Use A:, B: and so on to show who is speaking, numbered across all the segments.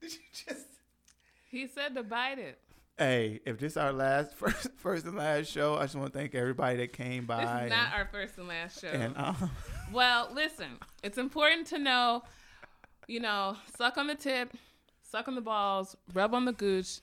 A: Did you just?
B: He said to bite it.
A: Hey, if this our last first first and last show, I just want to thank everybody that came by.
B: This is
A: and-
B: not our first and last show.
A: and um,
B: Well, listen, it's important to know, you know, suck on the tip, suck on the balls, rub on the gooch,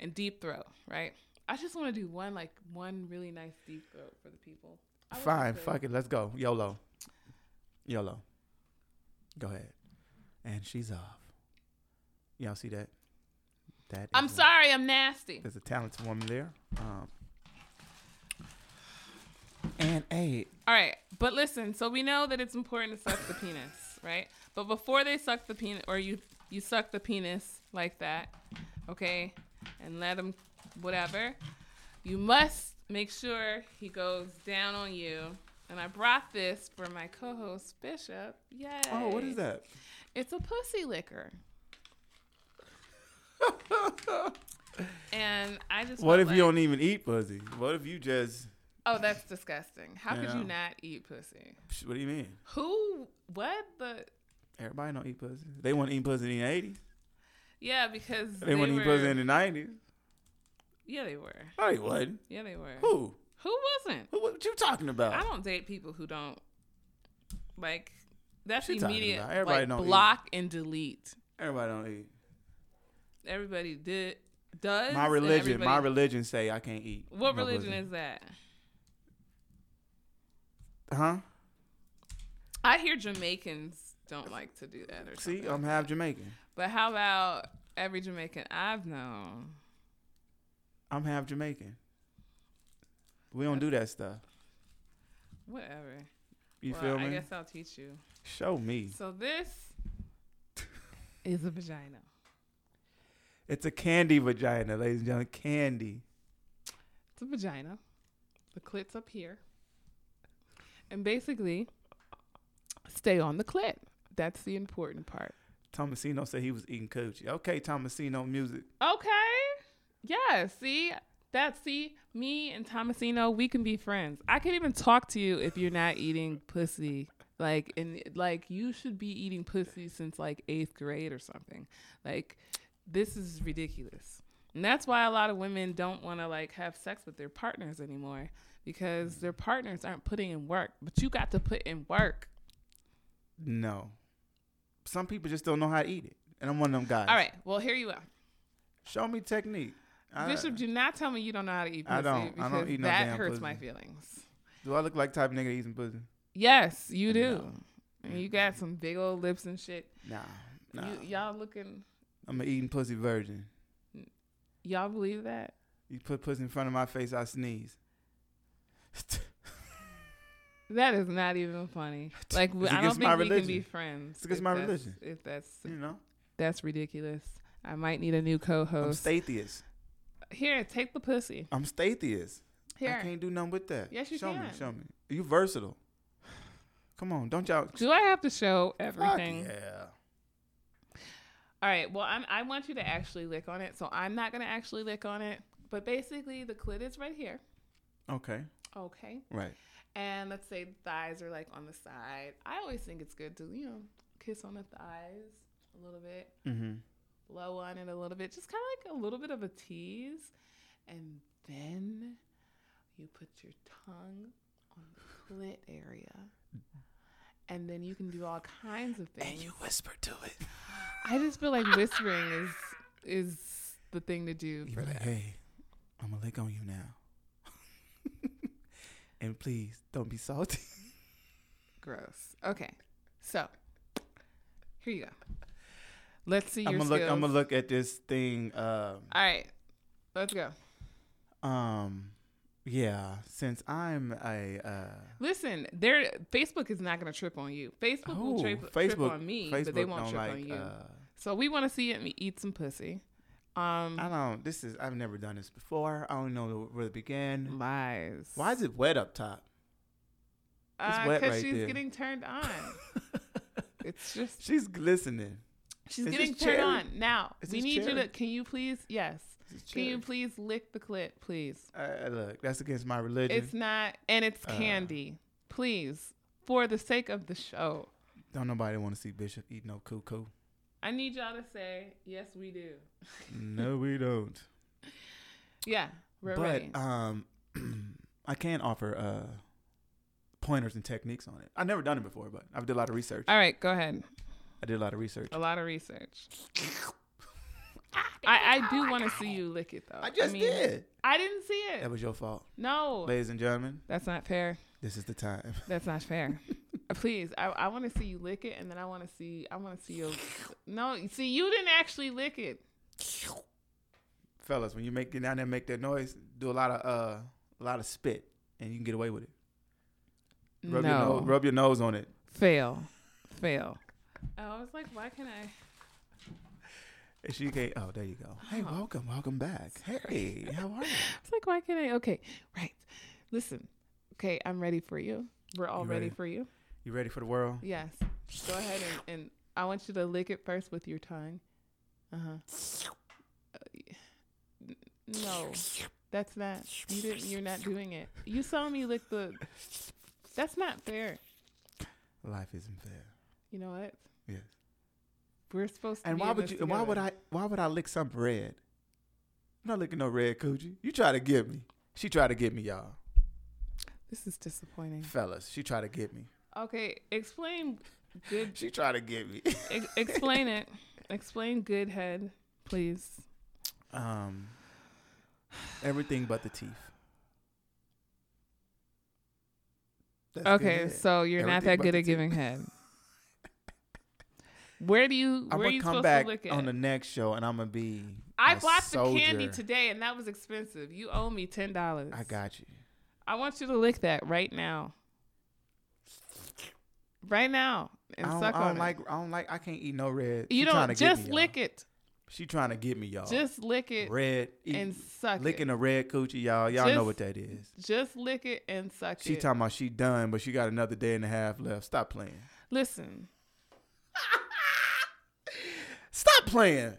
B: and deep throat, right? I just want to do one, like, one really nice deep throat for the people. I would
A: fine,
B: say-
A: fuck it, let's go. YOLO. YOLO. Go ahead. And she's off. Y'all see that? That
B: I'm
A: is a-
B: sorry, I'm nasty.
A: There's a talented woman there. Um, and hey,
B: All right, but listen, so we know that it's important to suck the penis, right? But before they suck the penis, or you you suck the penis like that, okay, and let him whatever, you must make sure he goes down on you. And I brought this for my co-host Bishop. Yay!
A: oh, what is that?
B: It's a pussy liquor. and I just
A: What
B: felt
A: if
B: like,
A: you don't even eat pussy? What if you just?
B: Oh, that's disgusting. How could
A: Yeah.
B: you not eat pussy?
A: psh, What do you mean?
B: Who? What the?
A: Everybody don't eat pussy. They want to eat pussy in the eighties.
B: Yeah, because
A: They,
B: they,
A: want to
B: were.
A: eat pussy in the nineties.
B: yeah, they were.
A: No, they wasn't.
B: Yeah, they were. Who?
A: Who? Uh.
B: wasn't?
A: Who? What you talking about?
B: I don't date people who don't like. That's
A: She talking
B: immediate.
A: about everybody
B: like,
A: don't eat.
B: block and delete.
A: Everybody don't eat.
B: Everybody did does.
A: My
B: and
A: religion. My
B: everybody-
A: religion say I can't eat.
B: What
A: no
B: religion
A: pussy.
B: is that?
A: Huh?
B: I hear Jamaicans don't like to do that or
A: See, um,
B: something.
A: I'm half Jamaican.
B: but how about every Jamaican I've known?
A: I'm half Jamaican. We don't do that stuff.
B: Whatever.
A: You
B: well,
A: feel
B: I
A: me?
B: guess I'll teach you.
A: Show me.
B: So this is a vagina.
A: It's a candy vagina, ladies and gentlemen. Candy.
B: It's a vagina. The clit's up here. And basically, stay on the clit. That's the important part.
A: Tomasino said he was eating coochie. Okay, Tomasino music.
B: Okay. Yeah. See, that, see, me and Tomasino, we can be friends. I can even talk to you if you're not eating pussy. Like, and like, you should be eating pussy since like eighth grade or something. Like, this is ridiculous. And that's why a lot of women don't want to like have sex with their partners anymore because their partners aren't putting in work. But you got to put in work.
A: No. Some people just don't know how to eat it. And I'm one of them guys.
B: All right. Well, here you are.
A: Show me technique. I-
B: Bishop, do not tell me you don't know how to eat pussy
A: I don't. I
B: because
A: don't eat no
B: that
A: damn
B: hurts
A: pussy.
B: my feelings.
A: do I look like type of nigga that eating pussy?
B: Yes, you do.
A: No.
B: And you got some big old lips and shit.
A: Nah. Nah.
B: You, y'all looking,
A: I'm an eating pussy virgin.
B: y'all believe that?
A: You put pussy in front of my face, I sneeze.
B: That is not even funny. Like
A: It's
B: I don't
A: against my
B: think we can be
A: religion.
B: friends.
A: It's against
B: if
A: my
B: that's-
A: religion.
B: If that's
A: you know?
B: that's ridiculous, I might need a new
A: I'm
B: co-host.
A: statheist.
B: Here, take the pussy.
A: I'm statheist. I
B: Here,
A: can't do nothing with that.
B: Yes, you
A: show me,
B: can.
A: show me. You versatile. Come on, don't y'all.
B: do I have to show
A: Fuck
B: everything?
A: yeah.
B: All right. Well, I'm, I want you to actually lick on it, so I'm not gonna actually lick on it. But basically, the clit is right here.
A: Okay.
B: Okay.
A: Right.
B: And let's say the thighs are like on the side. I always think it's good to, you know, kiss on the thighs a little bit,
A: Mm-hmm.
B: blow on it a little bit, just kind of like a little bit of a tease. And then you put your tongue on the clit area. And then you can do all kinds of things.
A: whisper to it.
B: I just feel like whispering is is the thing to do.
A: You're like, hey, I'm gonna lick on you now. and please don't be salty.
B: Gross. Okay. So here you go. Let's see your
A: I'm gonna look.
B: skills.
A: I'm gonna look at this thing. Um,
B: All right, let's go.
A: um, yeah. Since I'm a uh,
B: Listen, there Facebook is not going to trip on you. Facebook will
A: oh,
B: trip, trip on me, but they
A: Facebook
B: won't
A: don't
B: trip
A: like,
B: on you.
A: uh,
B: so we want to see it eat some pussy. Um,
A: I don't. This is. I've never done this before. I don't know where to begin.
B: lies.
A: Why is it wet up top?
B: Because
A: wet right
B: she's
A: there.
B: getting turned on. it's just
A: She's glistening.
B: she's
A: Is this
B: getting turned
A: cherry?
B: on. Now
A: Is
B: we
A: this
B: need you
A: cherry?
B: to. Can you please? Yes.
A: It's
B: Can you
A: cherry.
B: please lick the clit, please?
A: Uh, look, that's against my religion.
B: It's not, and it's
A: Uh.
B: candy. please, for the sake of the show.
A: Don't nobody want to see Bishop eat no cuckoo.
B: I need y'all to say yes, we do.
A: no, we don't.
B: Yeah, we're
A: but
B: ready.
A: um, I can offer uh, pointers and techniques on it. I've never done it before, but I've did a lot of research.
B: All right, go ahead.
A: I did a lot of research.
B: A lot of research. I, I do want to see you lick it though.
A: I just
B: mean, eh,
A: did.
B: I didn't see
A: That
B: it.
A: was your fault,
B: No,
A: ladies and gentlemen.
B: that's not fair.
A: This is the time.
B: That's not fair. Uh, Please, I, I want to see you lick it, and then I want to see I want to see your. No, see you didn't actually lick it.
A: fellas, when you make get down there and make that noise, do a lot of uh, a lot of spit, and you can get away with it. Rub your
B: no,
A: nose, rub your nose on it.
B: fail, fail. Oh, I was like, why can I?
A: And she can't. Oh, there you go. Hey,
B: Oh.
A: welcome, welcome back. Hey, how are you?
B: It's like, why can I? Okay, right. Listen, okay, I'm ready for you. We're all
A: You
B: ready?
A: ready?
B: for you.
A: You ready for the world?
B: Yes. Go ahead and, and I want you to lick it first with your tongue. Uh huh. No, that's not. You didn't. You're not doing it. You saw me lick the. That's not fair.
A: Life isn't fair.
B: You know what?
A: Yes.
B: We're supposed to.
A: And
B: be
A: why
B: in
A: would
B: this
A: you? And why would
B: together.
A: I? Why would I lick some red? I'm not licking no red coochie. You try to get me. She tried to get me, y'all.
B: This is disappointing.
A: Fellas, she tried to get me.
B: Okay, explain. Good.
A: She tried to get me.
B: ex- explain it. Explain good head, please.
A: um, everything but the teeth. That's good
B: Okay,
A: head.
B: so you're not
A: Everything
B: that
A: but
B: good
A: the
B: at giving head. Where do you?
A: I'm
B: where are
A: gonna
B: you
A: come
B: supposed
A: back
B: to look at?
A: on the next show, and I'm gonna be.
B: I
A: a
B: bought the candy
A: soldier.
B: today, and that was expensive. You owe me ten dollars.
A: I got you.
B: I want you to lick that right now. Right now, and
A: I don't,
B: suck
A: I
B: on
A: don't
B: it.
A: like. I don't like. I can't eat no red.
B: you
A: she trying to
B: don't just
A: get me,
B: lick
A: y'all.
B: it.
A: She trying to get me, y'all.
B: Just lick it
A: red eat,
B: and suck
A: licking
B: it.
A: a red coochie, y'all. Y'all know
B: Just-
A: what that is.
B: Just lick it and suck
A: She
B: it.
A: talking about she done, but she got another day and a half left. Stop playing.
B: Listen,
A: Stop playing.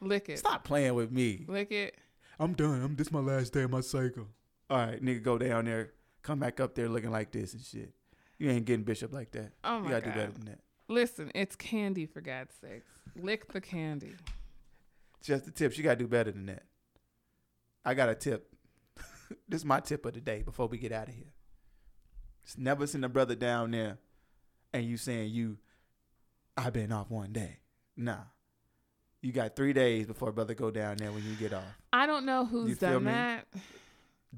B: lick it.
A: Stop playing with me.
B: Lick it.
A: I'm done. I'm this my last day of my cycle. All right, nigga, go down there, come back up there looking like this and shit. You ain't getting Bishop like that.
B: Oh my
A: you gotta
B: god.
A: do better than that.
B: Listen, it's candy for God's sakes. Lick the candy.
A: Just a tip. She gotta do better than that. I got a tip. this is my tip of the day before we get out of here. Just never send a brother down there and you saying you i been off one day. Nah. You got three days before a brother go down there when you get off.
B: I don't know who's
A: You feel
B: done
A: me?
B: that.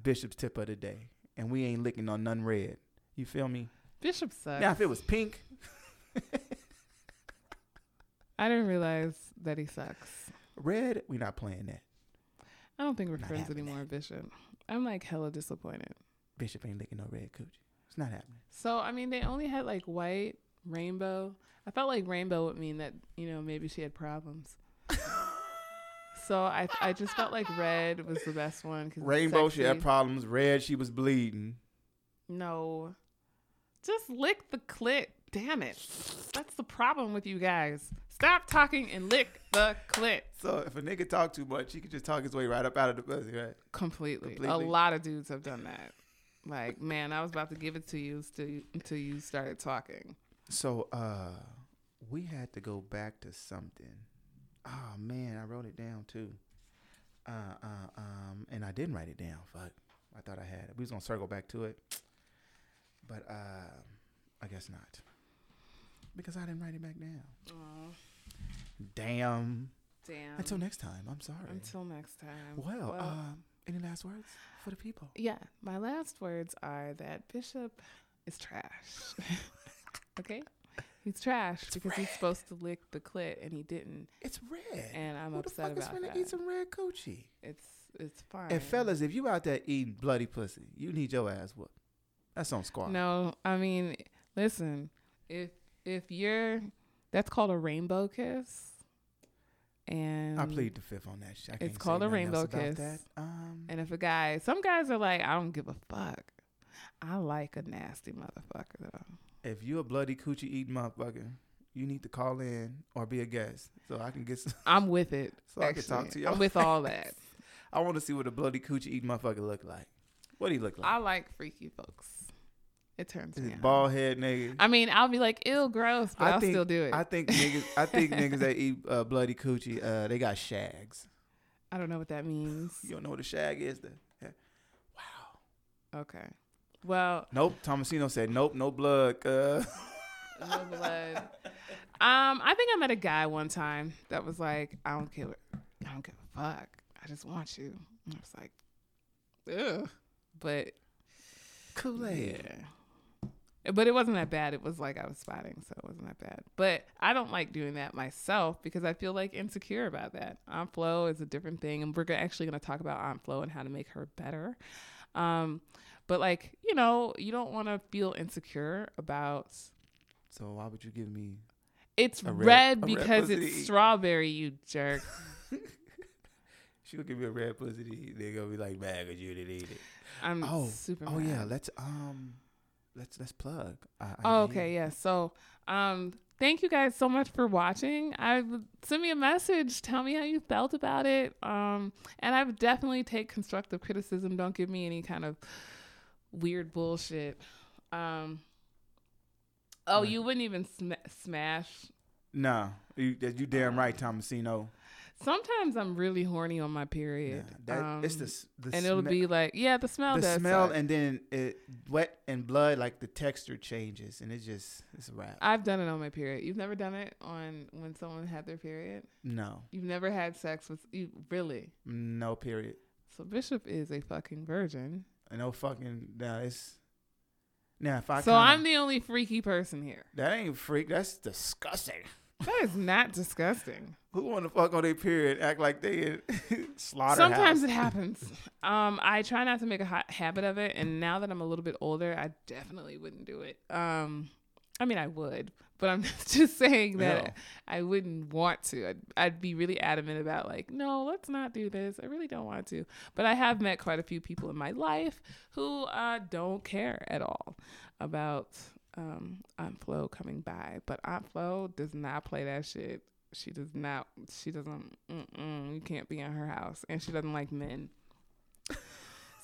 A: Bishop's tip of the day. And we ain't licking on none red. You feel me?
B: Bishop sucks.
A: Now if it was pink,
B: I didn't realize that he sucks.
A: red, we not playing that.
B: I don't think we're
A: Not
B: friends
A: happening.
B: anymore, Bishop. I'm like hella disappointed.
A: Bishop ain't licking no red coochie. It's not happening.
B: So I mean, they only had like white, rainbow. I felt like rainbow would mean that you know maybe she had problems. so I I just felt like red was the best one. 'cause it's
A: Rainbow, she had
B: sexy.
A: problems. Red, she was bleeding.
B: No, just lick the clit. Damn it, that's the problem with you guys. Stop talking and lick the clit
A: So if a nigga talk too much, he could just talk his way right up out of the pussy, right?
B: completely. A
A: Completely.
B: lot of dudes have done that. Like, man, I was about to give it to you until you, until you started talking.
A: So uh we had to go back to something. Oh man, I wrote it down too. Uh uh um and I didn't write it down. Fuck. I thought I had it. We was gonna circle back to it. But uh I guess not. Because I didn't write it back down.
B: Oh,
A: Damn.
B: damn.
A: Until next time. Um, I'm sorry.
B: Until next time.
A: well, um, any last words for the people?
B: yeah, my last words are that Bishop is trash. okay? He's trash because he's supposed to lick the clit and he didn't.
A: It's red.
B: And I'm
A: Who
B: upset
A: the fuck
B: about
A: is
B: that.
A: finna eat some red coochie?
B: it's it's fine.
A: And fellas, if you out there eating bloody pussy, you need your ass whooped. That's on squad.
B: No, I mean, listen. If if you're that's called a rainbow kiss. And
A: I plead the fifth on that shit. I can't say
B: um, called a
A: nothing
B: rainbow
A: else about
B: kiss.
A: That. Um,
B: And if a guy, some guys are like, I don't give a fuck. I like a nasty motherfucker though.
A: if you a bloody coochie eating motherfucker, you need to call in or be a guest so I can get. Some,
B: I'm with it.
A: So I can talk
B: actually.
A: to y'all.
B: I'm with all that.
A: I want to see what a bloody coochie eating motherfucker look like. What he look like?
B: I like freaky folks. It turns
A: This
B: me on.
A: bald head nigga.
B: I mean, I'll be like, ill, gross, but I will
A: think,
B: still do it.
A: I
B: I,
A: think niggas. I think niggas that eat uh, bloody coochie, uh, they got shags.
B: don't know what that means.
A: You don't know what a shag is, then? Yeah. Wow.
B: Okay. Well,
A: Nope. Tomasino said nope. No blood. Uh,
B: no blood. Um, I think I met a guy one time that was like, I don't care. I don't give a fuck. I just want you. And I was like, ugh. But
A: Kool Aid.
B: Yeah. But it wasn't that bad. It was like I was spotting, so it wasn't that bad. But I don't like doing that myself because I feel like insecure about that. Aunt Flo is a different thing, and we're go- actually going to talk about Aunt Flo and how to make her better. Um, but like you know, you don't want to feel insecure about.
A: So why would you give me?
B: It's
A: A red-
B: red,
A: a red
B: because
A: pussy.
B: it's strawberry, you jerk.
A: She gonna give me a red pussy. To eat. They gonna be like, man, could you didn't eat it?
B: I'm
A: Oh,
B: super.
A: oh yeah.
B: mad.
A: Let's um, let's let's plug. I- I-
B: Oh, okay, yeah. So, um, thank you guys so much for watching. I send me a message, tell me how you felt about it. Um, and I would definitely take constructive criticism. Don't give me any kind of weird bullshit. Um, oh,
A: Right.
B: you wouldn't even sm- smash.
A: Nah, you that- you damn right,
B: Um,
A: Tomasino.
B: Sometimes I'm really horny on my
A: Yeah,
B: period.
A: that it's
B: Um,
A: the s- the
B: and it'll
A: sme-
B: be like, yeah, the smell.
A: the
B: does
A: smell
B: suck.
A: and then it wet and blood like the texture changes and it just it's a wrap.
B: I've done it on my period. You've never done it on when someone had their period.
A: no,
B: You've never had sex with you really.
A: no period,
B: So Bishop is a fucking virgin.
A: no fucking. Nah, it's now if I
B: so
A: kinda-
B: I'm the only freaky person here.
A: that ain't freak. That's disgusting.
B: That is not disgusting.
A: Who want to fuck on their period? Act like they in slaughterhouse.
B: Sometimes it happens. Um, I try not to make a hot habit of it, and now that I'm a little bit older, I definitely wouldn't do it. Um, I mean, I would, but I'm just saying that
A: No.
B: I wouldn't want to. I'd, I'd be really adamant about like, no, let's not do this. I really don't want to. But I have met quite a few people in my life who uh, don't care at all about um, Aunt Flo coming by. But Aunt Flo does not play that shit. She does not. She doesn't. Mm-mm, you can't be in her house, and she doesn't like men.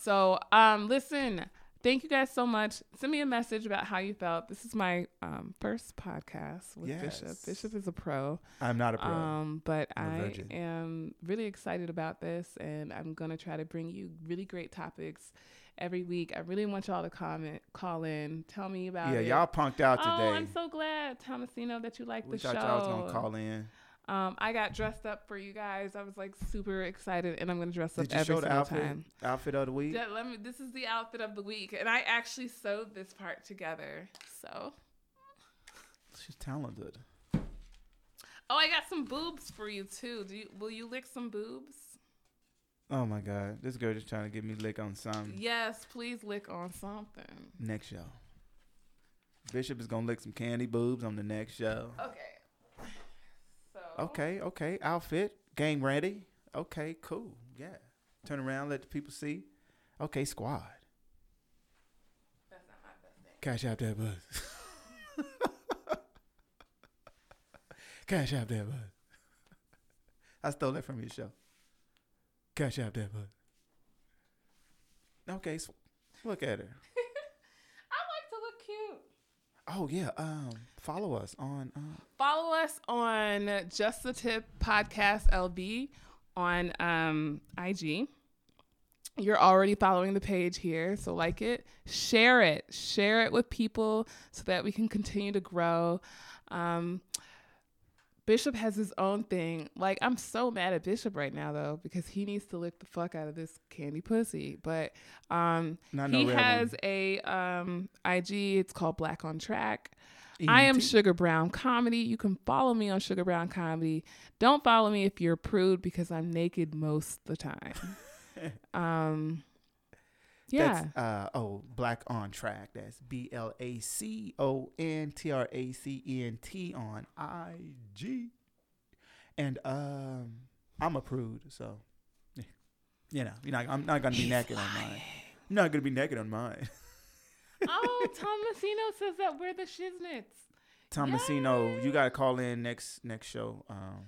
B: So, um, listen. Thank you guys so much. Send me a message about how you felt. This is my um, first podcast with Bishop.
A: Yes.
B: Bishop is a pro.
A: I'm not a pro.
B: Um, but
A: I'm a
B: I
A: virgin.
B: am really excited about this, and I'm gonna try to bring you really great topics every week. I really want y'all to comment, call in, tell me about
A: yeah,
B: it.
A: y'all punked out today.
B: Oh, I'm so glad, Tomasino, that you liked
A: we
B: the show.
A: thought y'all was gonna call in.
B: Um, I got dressed up for you guys. I was like super excited, and I'm gonna dress
A: Did
B: up
A: you
B: every
A: show the
B: single
A: outfit?
B: time.
A: Outfit of the week.
B: Yeah, let me. This is the outfit of the week, and I actually sewed this part together. So,
A: She's talented.
B: oh, I got some boobs for you too. Do you, will you lick some boobs?
A: Oh my god, this girl just trying to get me lick on some.
B: Yes, please lick on something.
A: Next show. Bishop is gonna lick some candy boobs on the next show.
B: Okay. So.
A: Okay, okay. Outfit, game ready. Okay, cool. Yeah. Turn around, let the people see. Okay, squad.
B: That's not my best thing.
A: Cash out that buzz. Cash out that buzz. I stole that from your show. Cash out that buzz. Okay, so look at her.
B: I like to look cute.
A: Oh yeah. Um, follow us on. Uh,
B: Follow us on Just the Tip Podcast LB on um, IG. You're already following the page here, so like it, share it, share it with people so that we can continue to grow. Um, Bishop has his own thing. Like I'm so mad at Bishop right now though because he needs to lick the fuck out of this candy pussy. But um,
A: Not no
B: he
A: red one.
B: has a um, IG. It's called Black on Track. I am Sugar Brown Comedy. You can follow me on Sugar Brown Comedy. Don't follow me if you're a prude because I'm naked most of the time. um, yeah.
A: That's, uh, oh, Black on Track. That's B L A C O N T R A C E N T on I G. And um, I'm a prude, so yeah. you know, you're not, I'm not gonna be naked on mine. I'm not gonna be naked on mine.
B: oh, Tomasino says that we're the shiznits.
A: Tomasino,
B: Yay!
A: you gotta call in next next show. Um,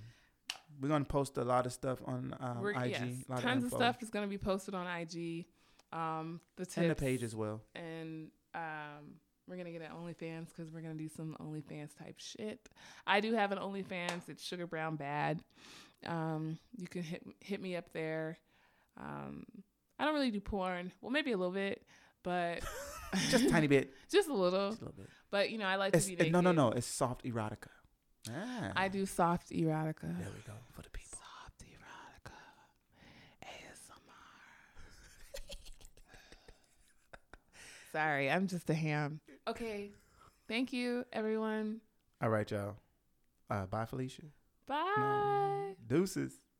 A: we're gonna post a lot of stuff on um,
B: we're,
A: IG.
B: yes.
A: a lot
B: Tons of,
A: info.
B: stuff is going to be posted on IG. Um, the tips
A: and the page as well.
B: and um, We're gonna get an OnlyFans because we're gonna do some OnlyFans type shit. I do have an OnlyFans. It's Sugar Brown Bad. Um, you can hit hit me up there. Um, I don't really do porn. Well, maybe a little bit, but
A: Just a tiny bit.
B: just a little.
A: Just a little bit.
B: But you know, I like
A: It's,
B: Oh, to be
A: it- no, no,
B: naked.
A: no. It's soft erotica. Ah.
B: I do soft erotica.
A: There we go for the people.
B: Soft erotica. ASMR. Sorry, I'm just a ham. Okay. Thank you, everyone.
A: All right, y'all. Uh, bye, Felicia.
B: Bye.
A: Deuces.